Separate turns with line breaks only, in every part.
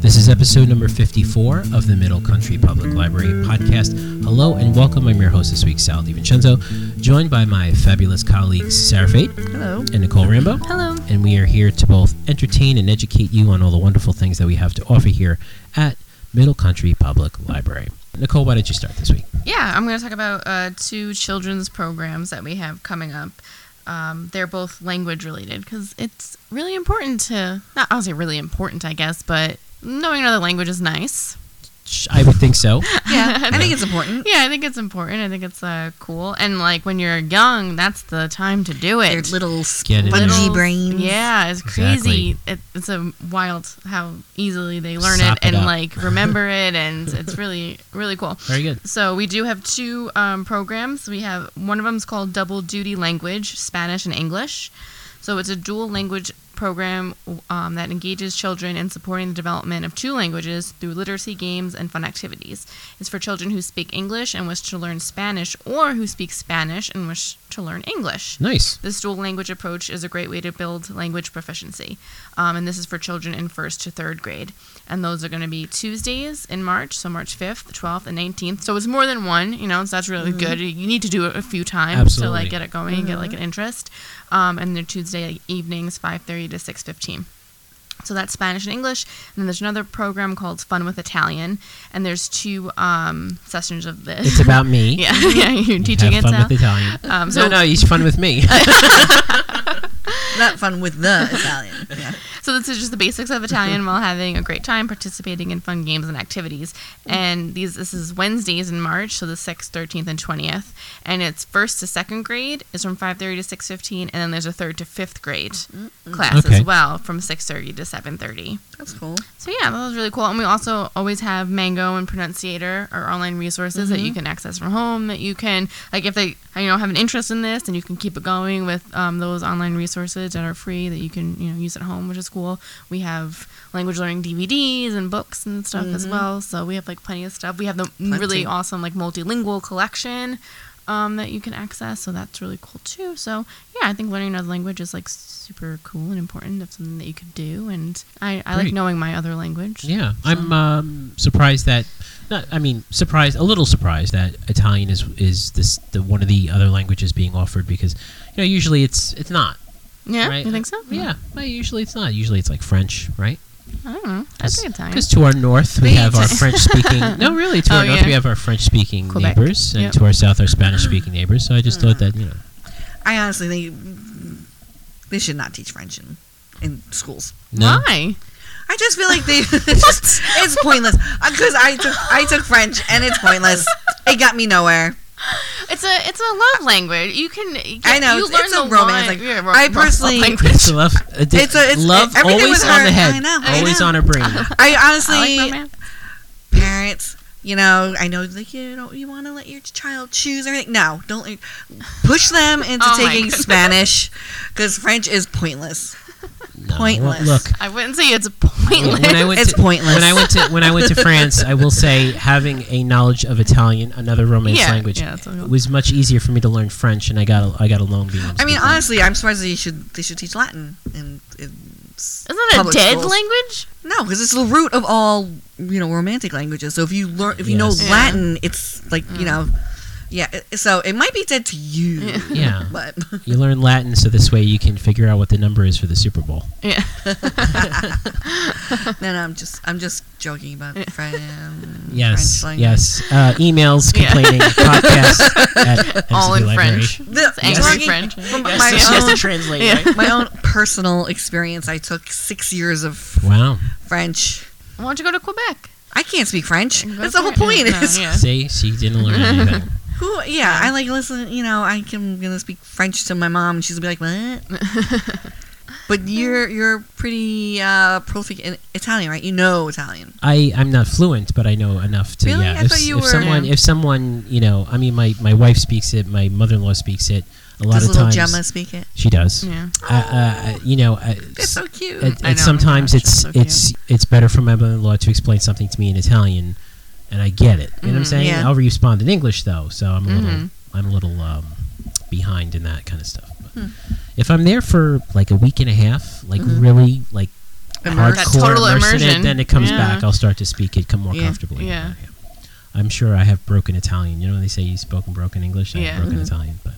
This is episode number 54 of the Middle Country Public Library podcast. Hello and welcome. I'm your host this week, Sal DiVincenzo, joined by my fabulous colleagues Sarah Fate
Hello.
and Nicole Rambo.
Hello.
And we are here to both entertain and educate you on all the wonderful things that we have to offer here at Middle Country Public Library. Nicole, why did you start this week?
Yeah, I'm going to talk about uh, two children's programs that we have coming up. Um, they're both language related because it's really important to, not I'll say really important, I guess, but knowing another language is nice.
Sh- I would think so.
Yeah, I think it's important.
Yeah, I think it's important. I think it's uh, cool. And like when you're young, that's the time to do
Their
it.
little
Get it
spongy
in.
Little-
brains.
Yeah, it's
Exactly.
crazy. It, it's a wild how easily they learn
Sop it
it and
up.
like remember it, and it's really really cool.
Very good.
So we do have two um, programs. We have one of them is called Double Duty Language, Spanish and English. So it's a dual language program um, that engages children in supporting the development of two languages through literacy games and fun activities. It's for children who speak English and wish to learn Spanish, or who speak Spanish and wish to learn English.
Nice.
This dual language approach is a great way to build language proficiency. Um, and this is for children in first to third grade. And those are going to be Tuesdays in March, so March 5th, 12th, and 19th. So it's more than one, you know, so that's really good. You need to do it a few times to
Mm-hmm. Absolutely. Mm-hmm.
like get it going and get like an interest. Um, and they're Tuesday evenings, 5.30 to 6.15. So that's Spanish and English. And then there's another program called Fun with Italian. And there's two um, sessions of this.
It's about me.
yeah, yeah, you're teaching
have
it
fun
now.
with Italian.
Um,
no,
so
no, he's fun with me.
Not fun with the Italian. Yeah.
So this is just the basics of Italian while having a great time participating in fun games and activities. And these this is Wednesdays in March, so the 6th, 13th, and 20th. And it's first to second grade is from 5:30 to 6:15, and then there's a third to fifth grade class
Okay.
as well from 6:30 to 7:30.
That's cool.
So yeah, that was really cool. And we also always have Mango and Pronunciator or online resources that you can access from home. That you can like if they you know have an interest in this, and you can keep it going with um, those online resources that are free that you can you know use at home, which is cool. We have language learning DVDs and books and stuff as well. So we have like plenty of stuff. We have the really
Plenty.
awesome like multilingual collection um, that you can access. So that's really cool too. So yeah, I think learning another language is like super cool and important. That's something that you could do, and I, I
Great.
like knowing my other language.
Yeah, I'm um, surprised that. Not, I mean, surprised a little surprised that Italian is is this the one of the other languages being offered because you know usually it's it's not.
Yeah,
right?
you think so?
Hmm.
Yeah, well, usually it's not. Usually it's like French, right?
I don't know. I think Italian.
Because to our north we
They
have our
just-
French speaking. No, really, to
Oh,
our north
yeah.
we have our French speaking
Quebec.
neighbors, and
Yep.
to our south our Spanish speaking neighbors. So I just
Hmm.
thought that you know.
I honestly think they should not teach French in, in schools.
No,
Why?
I just feel like they it's, just- it's pointless because I took I took French and it's pointless. It got me nowhere.
It's a it's a love language. You can. You,
I know,
You
it's- it's a romance, like,
yeah,
I personally-
it's a love. It's,
It's a- it's-
love
everything
always
with
on
her-
the head,
I know, I
always
know.
on her brain.
I
I
honestly
like romance.
parents, you know, I know like you don't you want to let your child choose everything. No, don't let- push them into
Oh my
taking
goodness.
Spanish because French is pointless.
No, well,
Pointless.
Look,
I wouldn't say it's pointless.
when I went
It's
to,
pointless.
When I went to when I went to France, I will say having a knowledge of Italian, another Romance
Yeah,
language,
yeah, that's what I-
was much easier for me to learn French, and I got a, I got a long beam.
I mean,
speaking.
honestly, I'm surprised they should they should teach Latin in, in s-
Isn't it a
public
dead
schools.
language?
No, because it's the root of all you know romantic languages. So if you learn if you
Yes.
know
Yeah. Mm.
Latin, it's like you know, yeah. it- So it might be dead to you,
Yeah.
but
you learn Latin, so this way you can figure out what the number is for the Super Bowl.
Yeah.
no, no, I'm just I'm just joking about Fran- French.
Yes,
language.
yes. Uh, emails,
Yeah.
complaining, podcasts, at
All
MCB
in
Library.
French.
The-
It's angry
talking
French.
From
Yes,
my,
yes,
She has to
own,
translate.
Yeah.
Right?
my own personal experience, I took six years of
Wow.
French.
Why don't you go to Quebec?
I can't speak French.
You can go
That's
to
the whole
Quebec.
point.
Yeah,
is
yeah.
See, she didn't learn anything.
Who? Yeah, I like listen. You know, I can, I'm gonna speak French to my mom, and she's gonna be like, "What?"
Mm.
but you're you're pretty uh, prolific in Italian, right? You know Italian.
I I'm not fluent, but I know enough to
Really?
yeah.
I
if
thought you
if
were-
someone
Yeah.
if someone you know, I mean, my my wife speaks it, my mother in law speaks it. A lot of
Does little
times
Gemma speak it?
she does.
Yeah.
I- I- I- you know, I,
That's so
it,
cute.
I know,
it's sometimes
gosh,
it's
that's so
it's it's better for my mother-in-law to explain something to me in Italian, and I get it. You know what I'm saying?
Mm-hmm. yeah. Mm-hmm.
I'll respond in English though, so I'm a little
Mhm.
I'm a little um, behind in that kind of stuff. But
Hmm.
If I'm there for like a week and a half, like
Mhm.
really like
Immersed.
That
hardcore
total
immersion, in it,
immersion.
then it comes
Yeah.
back. I'll start to speak it come more
Yeah.
comfortably.
Yeah.
I'm sure I have broken Italian. You know when they say you spoke in broken English, I
Yeah.
have broken
Mhm.
Italian. But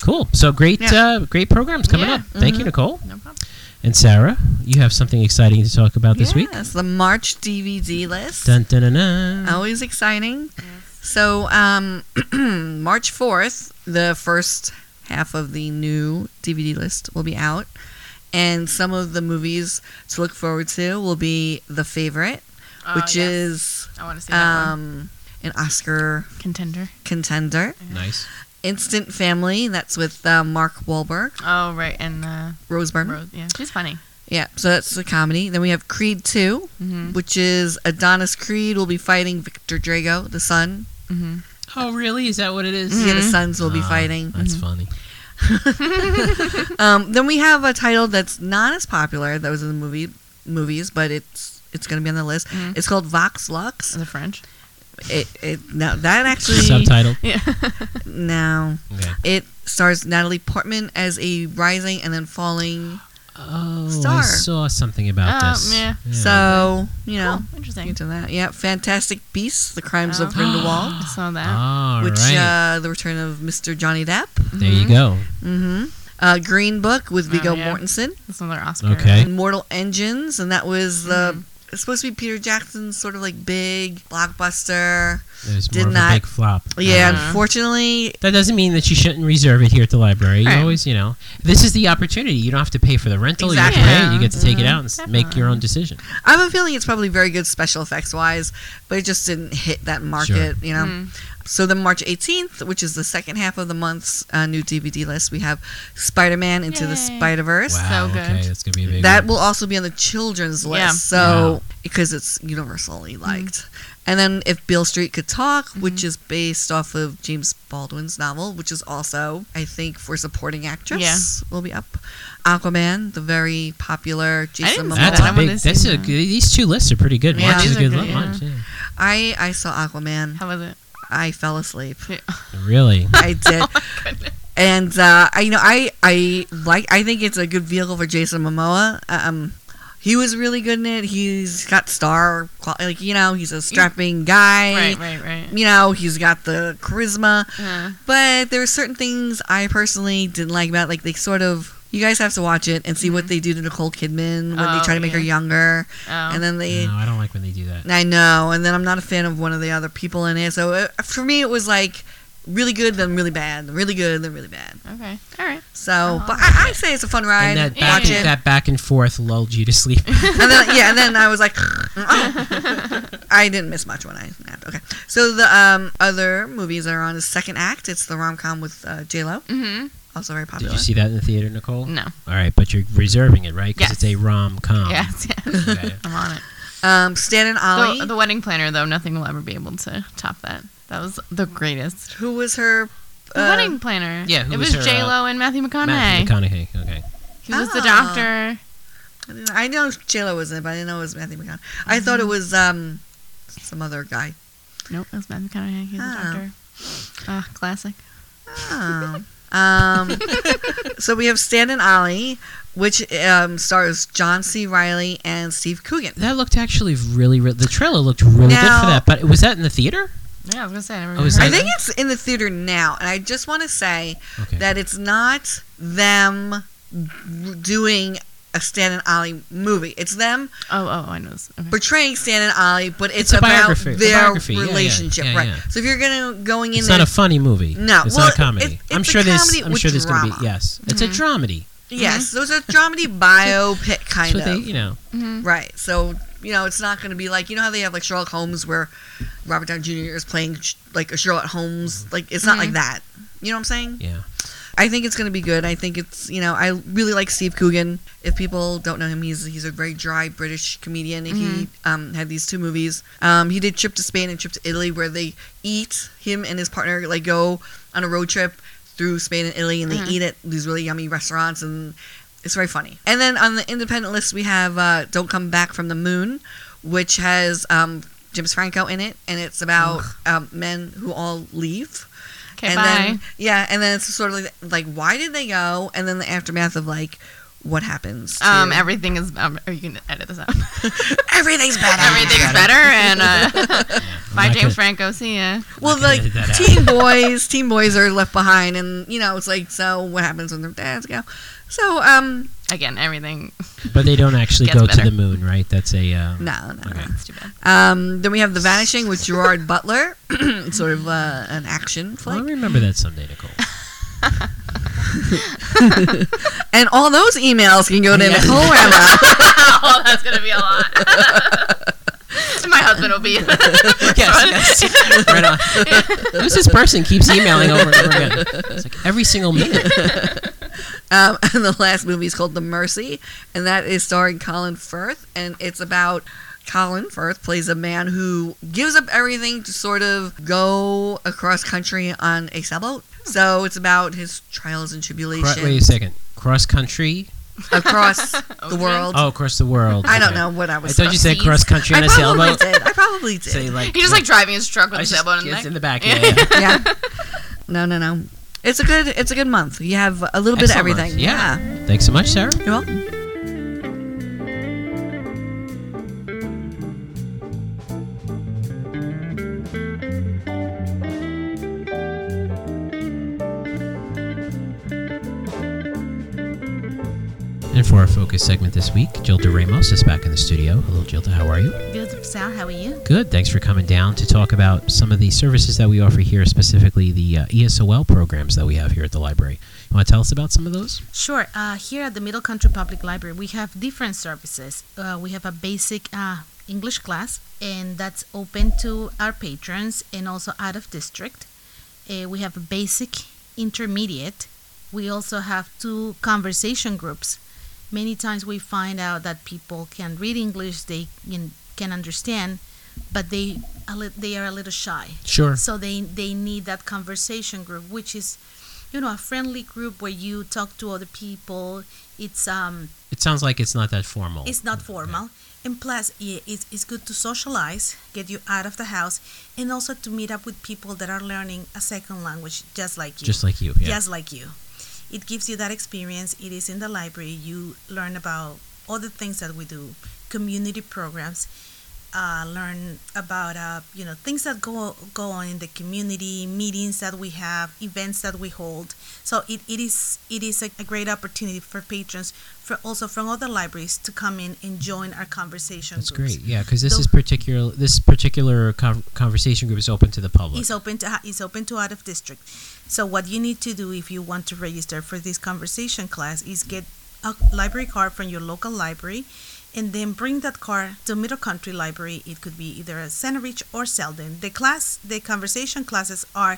cool. So great,
Yeah.
uh, great programs coming
Yeah.
up. Thank you,
Mhm.
Nicole
No problem.
and Sarah. You have something exciting to talk about this week.
Yes, the March DVD list. Mm.
Dun, dun, dun, dun.
Always exciting. So, um, March 4th, the first half of the new DVD list will be out. And some of the movies to look forward to will be The Favorite,
Ah,
Uh,
which
yes.
is
I want to see that one.
um, an Oscar
Contender.
contender.
Nice.
Instant Family, that's with uh, Mark Wahlberg,
Oh right, and uh,
Rose Byrne.
Rose. Yeah, she's funny.
Yeah, so that's the comedy. Then we have Creed 2,
Mm-hmm.
which is Adonis Creed will be fighting Victor Drago, the son.
Mm-hmm.
Oh, really? Is that what it is?
Yeah, the sons will be
Ah,
fighting. Mm-hmm.
That's funny.
Um, then we have a title that's not as popular that was in the movie movies, but it's it's going to be on the list.
Mhm.
It's called Vox Lux.
The French.
It, it now that actually
Subtitle.
Yeah.
no,
Okay.
it stars Natalie Portman as a rising and then falling.
Oh, I
Star.
saw something about
Oh,
this.
yeah.
So you know,
Oh, interesting.
into that. Yeah, Fantastic Beasts: The Crimes
Oh.
of Grindelwald,
I saw that.
All
uh, which
right.
uh, the return of Mr. Johnny Depp.
there you go.
hmm Uh, Green Book with
Oh,
Viggo
yeah.
Mortensen.
That's another Oscar.
Okay.
and Mortal Engines, and that was the
Mm-hmm.
it's supposed to be Peter Jackson's sort of like big blockbuster.
It was
Did
more of
not-
a big flop.
Yeah,
Um,
Uh-huh.
unfortunately,
that doesn't mean that you shouldn't reserve it here at the library. You
Right.
always, you know, this is the opportunity. You don't have to pay for the rental. You
Exactly.
have to pay. it. You get to take it
Yeah.
out and s- make your own decision.
I have a feeling it's probably very good special effects wise, but it just didn't hit that market, you know.
Mm.
So then March 18th, which is the second half of the month's uh, new DVD list, we have Spider-Man Into the
Yay.
Spider-Verse.
Wow.
good.
Okay, that's gonna be a big.
That
one.
will also be on the children's list,
Yeah. Mm-hmm.
so because it's universally liked. And then if Bill Street Could Talk, which is based off of James Baldwin's novel, which is also I think for supporting actress, will be up. Aquaman, the very popular Jason
didn't see
That's
that. I
a
Momoa.
wanna
big.
see
That's a.
that.
good- These two lists are pretty good.
Yeah,
March is
these
a
are
good
good,
li-
yeah.
March, yeah.
I I saw Aquaman.
How was it?
I fell asleep.
Really.
I did. and uh, I you know I I like I think it's a good vehicle for Jason Momoa. Um, he was really good in it. He's got star qual- like you know he's a strapping guy.
Right, right, right.
You know he's got the charisma,
Uh,
but there were certain things I personally didn't like about it. like they sort of. You guys have to watch it and see what they do to Nicole Kidman when they
Mm-hmm. Oh,
try to make her
yeah.
younger,
oh.
and then they
No, I don't like when they do that.
I know, and then I'm not a fan of one of the other people in it. So uh for me, it was like really good, then really bad, then really good, then really bad.
oh, okay. All right.
So,
Oh,
but I, I say it's a fun ride.
And that back
Watch it,
that back and forth lulled you to sleep.
and then yeah, and then I was like, oh. I didn't miss much when I napped. Okay, so the um, other movies that are on is Second Act. It's the rom com with uh, J Lo,
Mm-hmm.
also very
Did
popular.
you see that in the theater, Nicole?
Mm.
No.
All right, but you're reserving it, right? Because
Yes.
it's a rom com.
Yes, yes. I'm on it.
um, Stan and Ollie.
The, the wedding planner, though, nothing will ever be able to top that. That was the greatest.
who was her?
The
uh,
wedding planner.
yeah, who
it
was
was,
her, uh,
J Lo and Matthew McConaughey.
Matthew McConaughey. Okay.
He was the
Oh.
doctor.
uh, I know J Lo was in it, but I didn't know it was Matthew McConaughey. I thought
Mm-hmm.
it was um, some other guy.
Nope, it was Matthew McConaughey. He was
Oh.
the doctor. Ah, classic.
Oh. Um, so we have Stan and Ollie, which um, stars John C. Riley and Steve Coogan.
That looked actually really, re- the trailer looked really good for
Now-
that. But was that in the theater?
Yeah, I was gonna say. I, never
Oh, is
I
heard
that-
of
think it's in the theater now, and I just want to say
Okay.
that it's not them doing a Stan and Ollie movie. It's them
it. Oh, oh, I know this. Okay.
portraying Stan and Ollie, but
It's
it's,
a
about
biography- a
their
biography. Yeah, yeah,
relationship,
yeah,
right?
yeah.
So if you're gonna going in
it's
there,
not a funny movie.
No,
it's
well,
not a comedy.
it's-
I'm
it's a
sure there's,
comedy
I'm
with Mm-hmm.
sure there's going to
drama.
be yes, it's a dramedy.
yes, those are dramedy biopic
That's
kind
what
of.
Mm-hmm. they, you know,
Mhm.
Right. So, you know, it's not going to be like, you know how they have like Sherlock Holmes where Robert Downey Jr. is playing sh- like a Sherlock
Mm-hmm.
Holmes? Like, it's not like that. You know what I'm saying?
yeah.
I think it's going to be good. I think it's, you know, I really like Steve Coogan. If people don't know him, he's he's a very dry British comedian. And He um, had these two movies. Um, he did Trip to Spain and Trip to Italy where they eat, him and his partner, like go on a road trip through Spain and Italy and they eat at these really yummy restaurants and it's very funny. And then on the independent list, we have uh, Don't Come Back from the Moon, which has um, James Franco in it, and it's about um, men who all leave.
Okay,
and
bye.
then yeah, and then it's sort of like, like why did they go? And then the aftermath of like what happens. to-
um, everything is. Um, are you gonna edit this out?
everything's better.
Everything's better, and uh, by
not
James
gonna-
Franco. See ya.
Well,
I'm not
like
gonna edit that out.
teen boys, teen boys are left behind, and you know it's like so. What happens when their dads go? So um,
Again, everything.
But they don't actually
Gets
go to
better.
the moon, right? That's a um,
no, no, no.
Okay.
It's too bad.
Um, then we have The Vanishing with Gerard Butler, sort of uh, an action
I'll
flick.
remember that someday, Nicole.
And all those emails can go to
Yes.
Nicole Rama.
oh, that's gonna be a lot. My husband will be.
yes, yes. Right on. Who's this person keeps emailing over and over again? It's like every single minute.
Um, and the last movie is called The Mercy, and that is starring Colin Firth, and it's about Colin Firth plays a man who gives up everything to sort of go across country on a sailboat. So it's about his trials and
Cro- wait a
tribulations
second. Cross country?
across the
Ocean?
world.
Oh, across the world.
I don't
Okay.
know what I
I
was.
thought you said
Overseas.
cross country on
I
a
probably
sailboat.
did. I probably did.
Say like
He's just like driving his truck
I
with a
was
sailboat in the
just,
neck.
in the back. Yeah, yeah.
yeah. No, no, no. It's a good. It's a good month. You have a little bit of
Excellent.
everything.
Yeah. Thanks so much, Sarah.
yeah. You're welcome.
And for our focus segment this week, Jilda Ramos is back in the studio. Hello, Jilda. How are you?
Good, Sal. How are you?
Good. Thanks for coming down to talk about some of the services that we offer here, specifically the uh, ESOL programs that we have here at the library. You want to tell us about some of those?
Sure. Uh, here at the Middle Country Public Library, we have different services. Uh, we have a basic uh, English class, and that's open to our patrons and also out of district. Uh, we have a basic intermediate. We also have two conversation groups. Many times we find out that people can read English, they can, can understand, but they, a lit- they are a little shy.
Sure.
So they they need that conversation group, which is, you know, a friendly group where you talk to other people. It's um
It sounds like it's not that formal.
it's not formal, and plus yeah, it's it's good to socialize, get you out of the house, and also to meet up with people that are learning a second language just like you
Just like you. Yeah.
just like you. It gives you that experience. It is in the library. You learn about other things that we do, community programs. Uh, learn about uh, you know things that go go on in the community, meetings that we have, events that we hold. So it, it is it is a, a great opportunity for patrons, for also from other libraries to come in and join our conversation.
That's
groups.
great. Yeah, because this
So-
is particular. This particular con- conversation group is open to the public.
It's open to it's open to out of district. So what you need to do if you want to register for this conversation class is get a library card from your local library, and then bring that card to Middle Country Library. It could be either at Santa Rich or Selden. The class the conversation classes are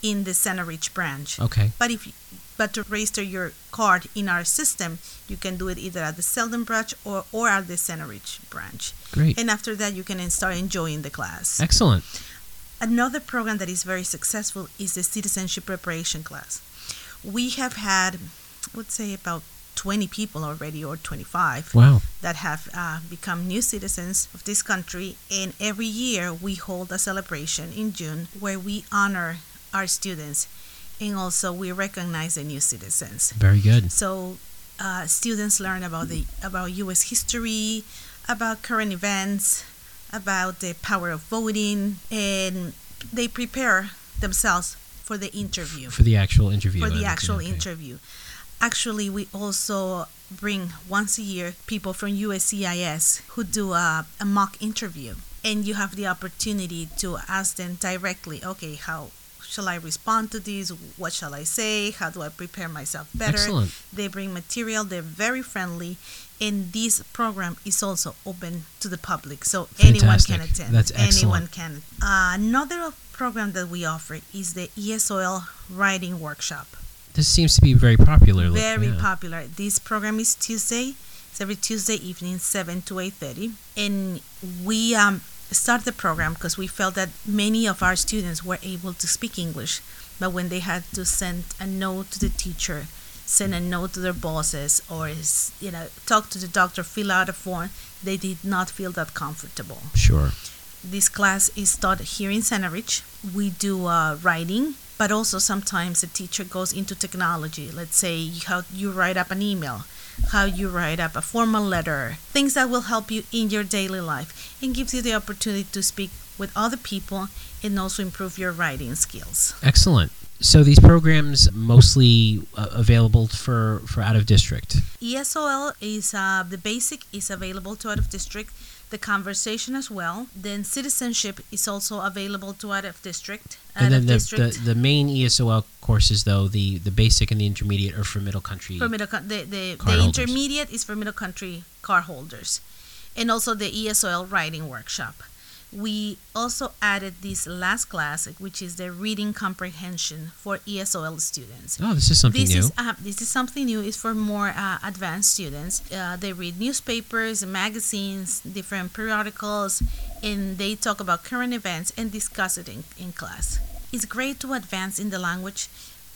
in the Santa Rich branch.
okay.
But if you, but to register your card in our system, you can do it either at the Selden branch or or at the Santa Rich branch.
Great.
And after that, you can en- start enjoying the class.
Excellent.
Another program that is very successful is the citizenship preparation class. We have had, let's say, about 20 people already or 25
Wow.
that have uh, become new citizens of this country. And every year we hold a celebration in June where we honor our students and also we recognize the new citizens.
Very good.
So uh, students learn about the about U.S. history, about current events, about the power of voting, and they prepare themselves for the interview
For the actual interview.
for
I
the
think,
actual
okay.
interview. Actually, we also bring once a year people from USCIS who do a, a mock interview, and you have the opportunity to ask them directly. Okay, how shall I respond to this? What shall I say? How do I prepare myself better?
Excellent.
They bring material. They're very friendly, and this program is also open to the public, so anyone can
Fantastic.
attend.
That's
anyone can. another program that we offer is the E ESOL writing workshop.
This seems to be very popular. like,
Very
yeah.
popular. This program is Tuesday. It's every Tuesday evening, seven to eight thirty, and we um, start the program because we felt that many of our students were able to speak English, but when they had to send a note to the teacher, send a note to their bosses, or is- you know talk to the doctor, fill out a form, they did not feel that comfortable.
Sure.
This class is taught here in Santa Rich. We do uh, writing, but but also sometimes the teacher goes into technology. Let's say how you write up an email, how you write up a formal letter, things that will help you in your daily life and gives you the opportunity to speak with other people and also improve your writing skills.
Excellent. So these programs mostly uh, available for, for out of district.
E ESOL is uh, the basic is available to out of district, the conversation as well. Then citizenship is also available to out of district. Out
and then
of
the,
district
the, the main E ESOL courses, though, the, the basic and the intermediate are for middle country.
for middle coun- the the,
Card
the
holders.
intermediate is for middle country card holders, and also the E ESOL writing workshop. We also added this last class, which is the reading comprehension for E ESOL students.
oh, this is something
This
new.
is uh, this is something new. It's for more uh, advanced students. Uh, they read newspapers, magazines, different periodicals, and they talk about current events and discuss it in, in class. It's great to advance in the language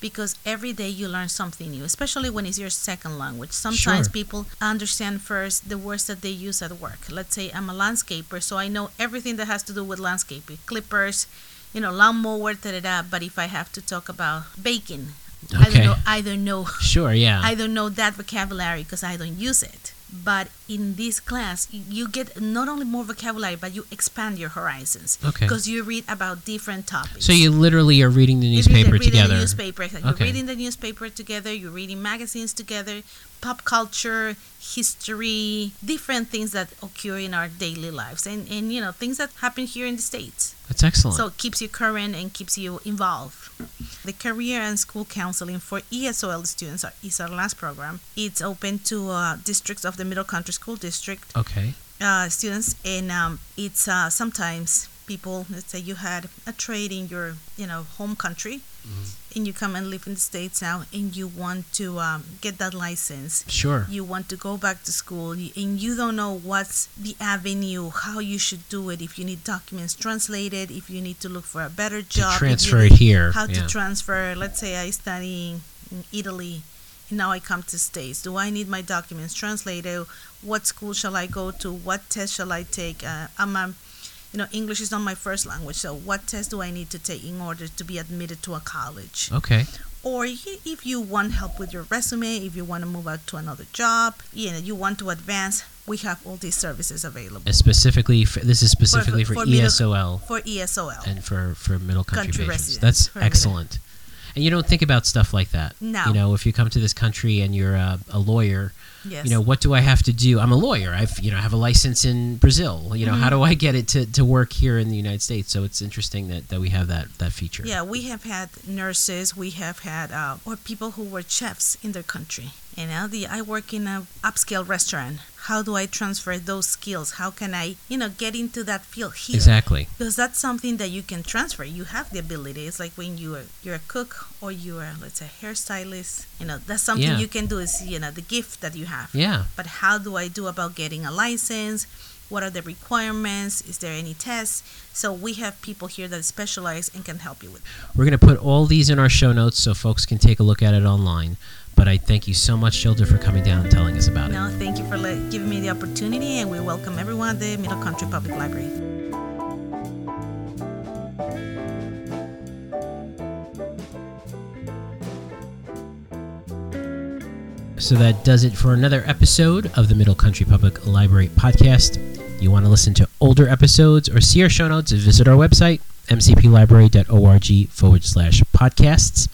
because every day you learn something new, especially when it's your second language. Sometimes
Sure.
people understand first the words that they use at work. Let's say I'm a landscaper, so I know everything that has to do with landscaping, clippers, you know, lawnmower, da da da. But if I have to talk about baking, I
Okay.
don't know. I don't know.
sure, yeah.
I don't know that vocabulary because I don't use it. But in this class, y- you get not only more vocabulary, but you expand your horizons.
Okay.
Because you read about different topics.
so you literally are reading the newspaper
reading
together.
The newspaper. You're
Okay.
reading the newspaper together. You're reading magazines together. Pop culture, history, different things that occur in our daily lives, and and you know things that happen here in the states.
That's excellent.
So it keeps you current and keeps you involved. The career and school counseling for E ESOL students are- is our last program. It's open to uh, districts of the Middle Country School District
okay.
uh, students, and um, it's uh, sometimes people. Let's say you had a trade in your you know home country, and you come and live in the states now, and you want to um, get that license
Sure.
you want to go back to school y- and you don't know what's the avenue how you should do it if you need documents translated if you need to look for a better job if you
transfer
need
it here,
how
yeah.
to transfer let's say i study in italy and now i come to states do i need my documents translated what school shall i go to what test shall i take uh, i'm a you know english is not my first language so what test do i need to take in order to be admitted to a college
Okay.
or y- if you want help with your resume, if you want to move out to another job, you know, you want to advance, we have all these services available
And specifically, for, this is specifically for, E
for middle-
ESOL
for E ESOL.
and for for middle country,
Country
patients.
residents,
That's
right, right.
excellent. And you don't think about stuff like that.
No.
You know, if you come to this country and you're a, a lawyer,
yes.
you know, what do I have to do? I'm a lawyer. I've you know I have a license in Brazil. You know, how
Mm-hmm.
do I get it to, to work here in the United States? So it's interesting that, that we have that that feature.
yeah, we have had nurses, we have had, uh, or people who were chefs in their country. You know, the, I work in a upscale restaurant. How do I transfer those skills? How can I, you know, get into that field here?
Exactly.
because that's something that you can transfer you have the ability it's like when you're you're a cook or you're let's say a hairstylist you know that's something
Yeah.
you can do is you know the gift that you have
Yeah.
but how do i do about getting a license what are the requirements is there any tests so we have people here that specialize and can help you with
We're going to put all these in our show notes so folks can take a look at it online. But I thank you so much, Shilda, for coming down and telling us about it.
now thank you for le- giving me the opportunity and we welcome everyone at the middle country public library
So that does it for another episode of the Middle Country Public Library podcast. You want to listen to older episodes or see our show notes, visit our website, mcplibrary.org forward slash podcasts,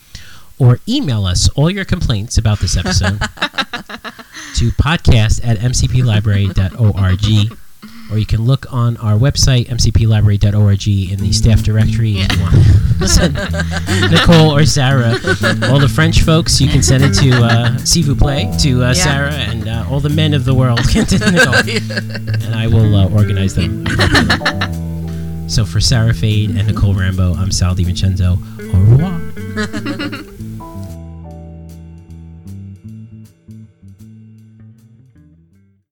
or email us all your complaints about this episode to podcast at mcplibrary.org. Or you can look on our website, mcplibrary.org, in the staff directory if you want. Listen, Nicole or Sarah, all the French folks, you can send it to uh, s'il vous plaît, to uh,
Yeah.
Sarah, and uh, all the men of the world can send it all. And I will uh, organize them. appropriately. so for Sarah Fade and Nicole Rambo, I'm Sal DiVincenzo. Au revoir.